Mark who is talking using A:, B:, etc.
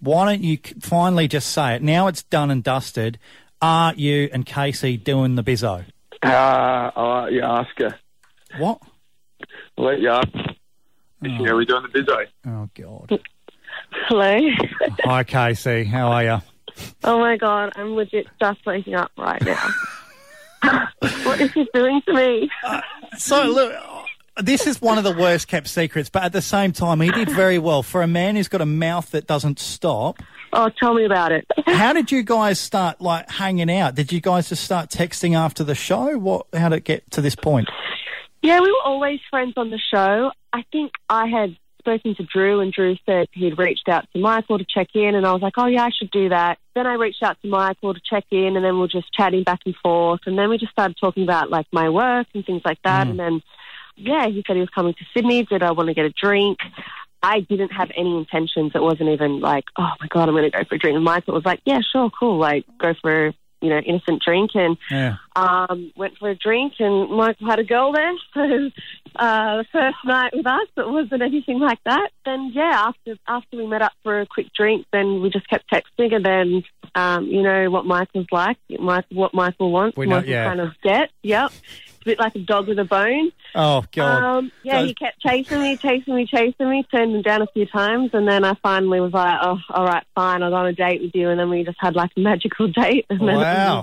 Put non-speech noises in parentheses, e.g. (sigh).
A: Why don't you c- finally just say it? Now it's done and dusted. Are you and Casey doing the bizzo?
B: Uh, I'll let you ask her.
A: What?
B: I'll let you ask. Yeah, we're doing the bizzo.
A: Oh, God.
C: Hello.
A: (laughs)
C: (laughs)
A: Hi, Casey. How are you?
C: Oh my god, I'm legit just waking up right now. (laughs) what is he doing to me?
A: So look, this is one of the worst kept secrets, but at the same time, he did very well for a man who's got a mouth that doesn't stop.
C: Oh, tell me about it.
A: How did you guys start like hanging out? Did you guys just start texting after the show? What? How did it get to this point?
C: Yeah, we were always friends on the show. I think I had spoken to Drew, and Drew said he'd reached out to Michael to check in, and I was like, oh yeah, I should do that. Then I reached out to Michael to check in, and then we were just chatting back and forth, and then we just started talking about like my work and things like that, and then yeah, he said he was coming to Sydney. Did I want to get a drink? I didn't have any intentions. It wasn't even like, oh my god, I'm going to go for a drink. And Michael was like, yeah, sure, cool, like go for a, you know innocent drink, and
A: Yeah.
C: um, went for a drink and Michael had a girl there. (laughs) So uh, the first night with us, it wasn't anything like that. Then yeah, after after we met up for a quick drink, then we just kept texting, and then um, you know what Michael's like, Michael, what Michael wants,
A: We know-
C: Michael
A: yeah.
C: kind of get. Yep, it's a bit like a dog with a bone.
A: Oh God.
C: Um, yeah,
A: So-
C: he kept chasing me, chasing me, chasing me, turned him down a few times, and then I finally was like, oh, all right, fine, I'll go on a (laughs) date with you, and then we just had like a magical date. And then
A: wow.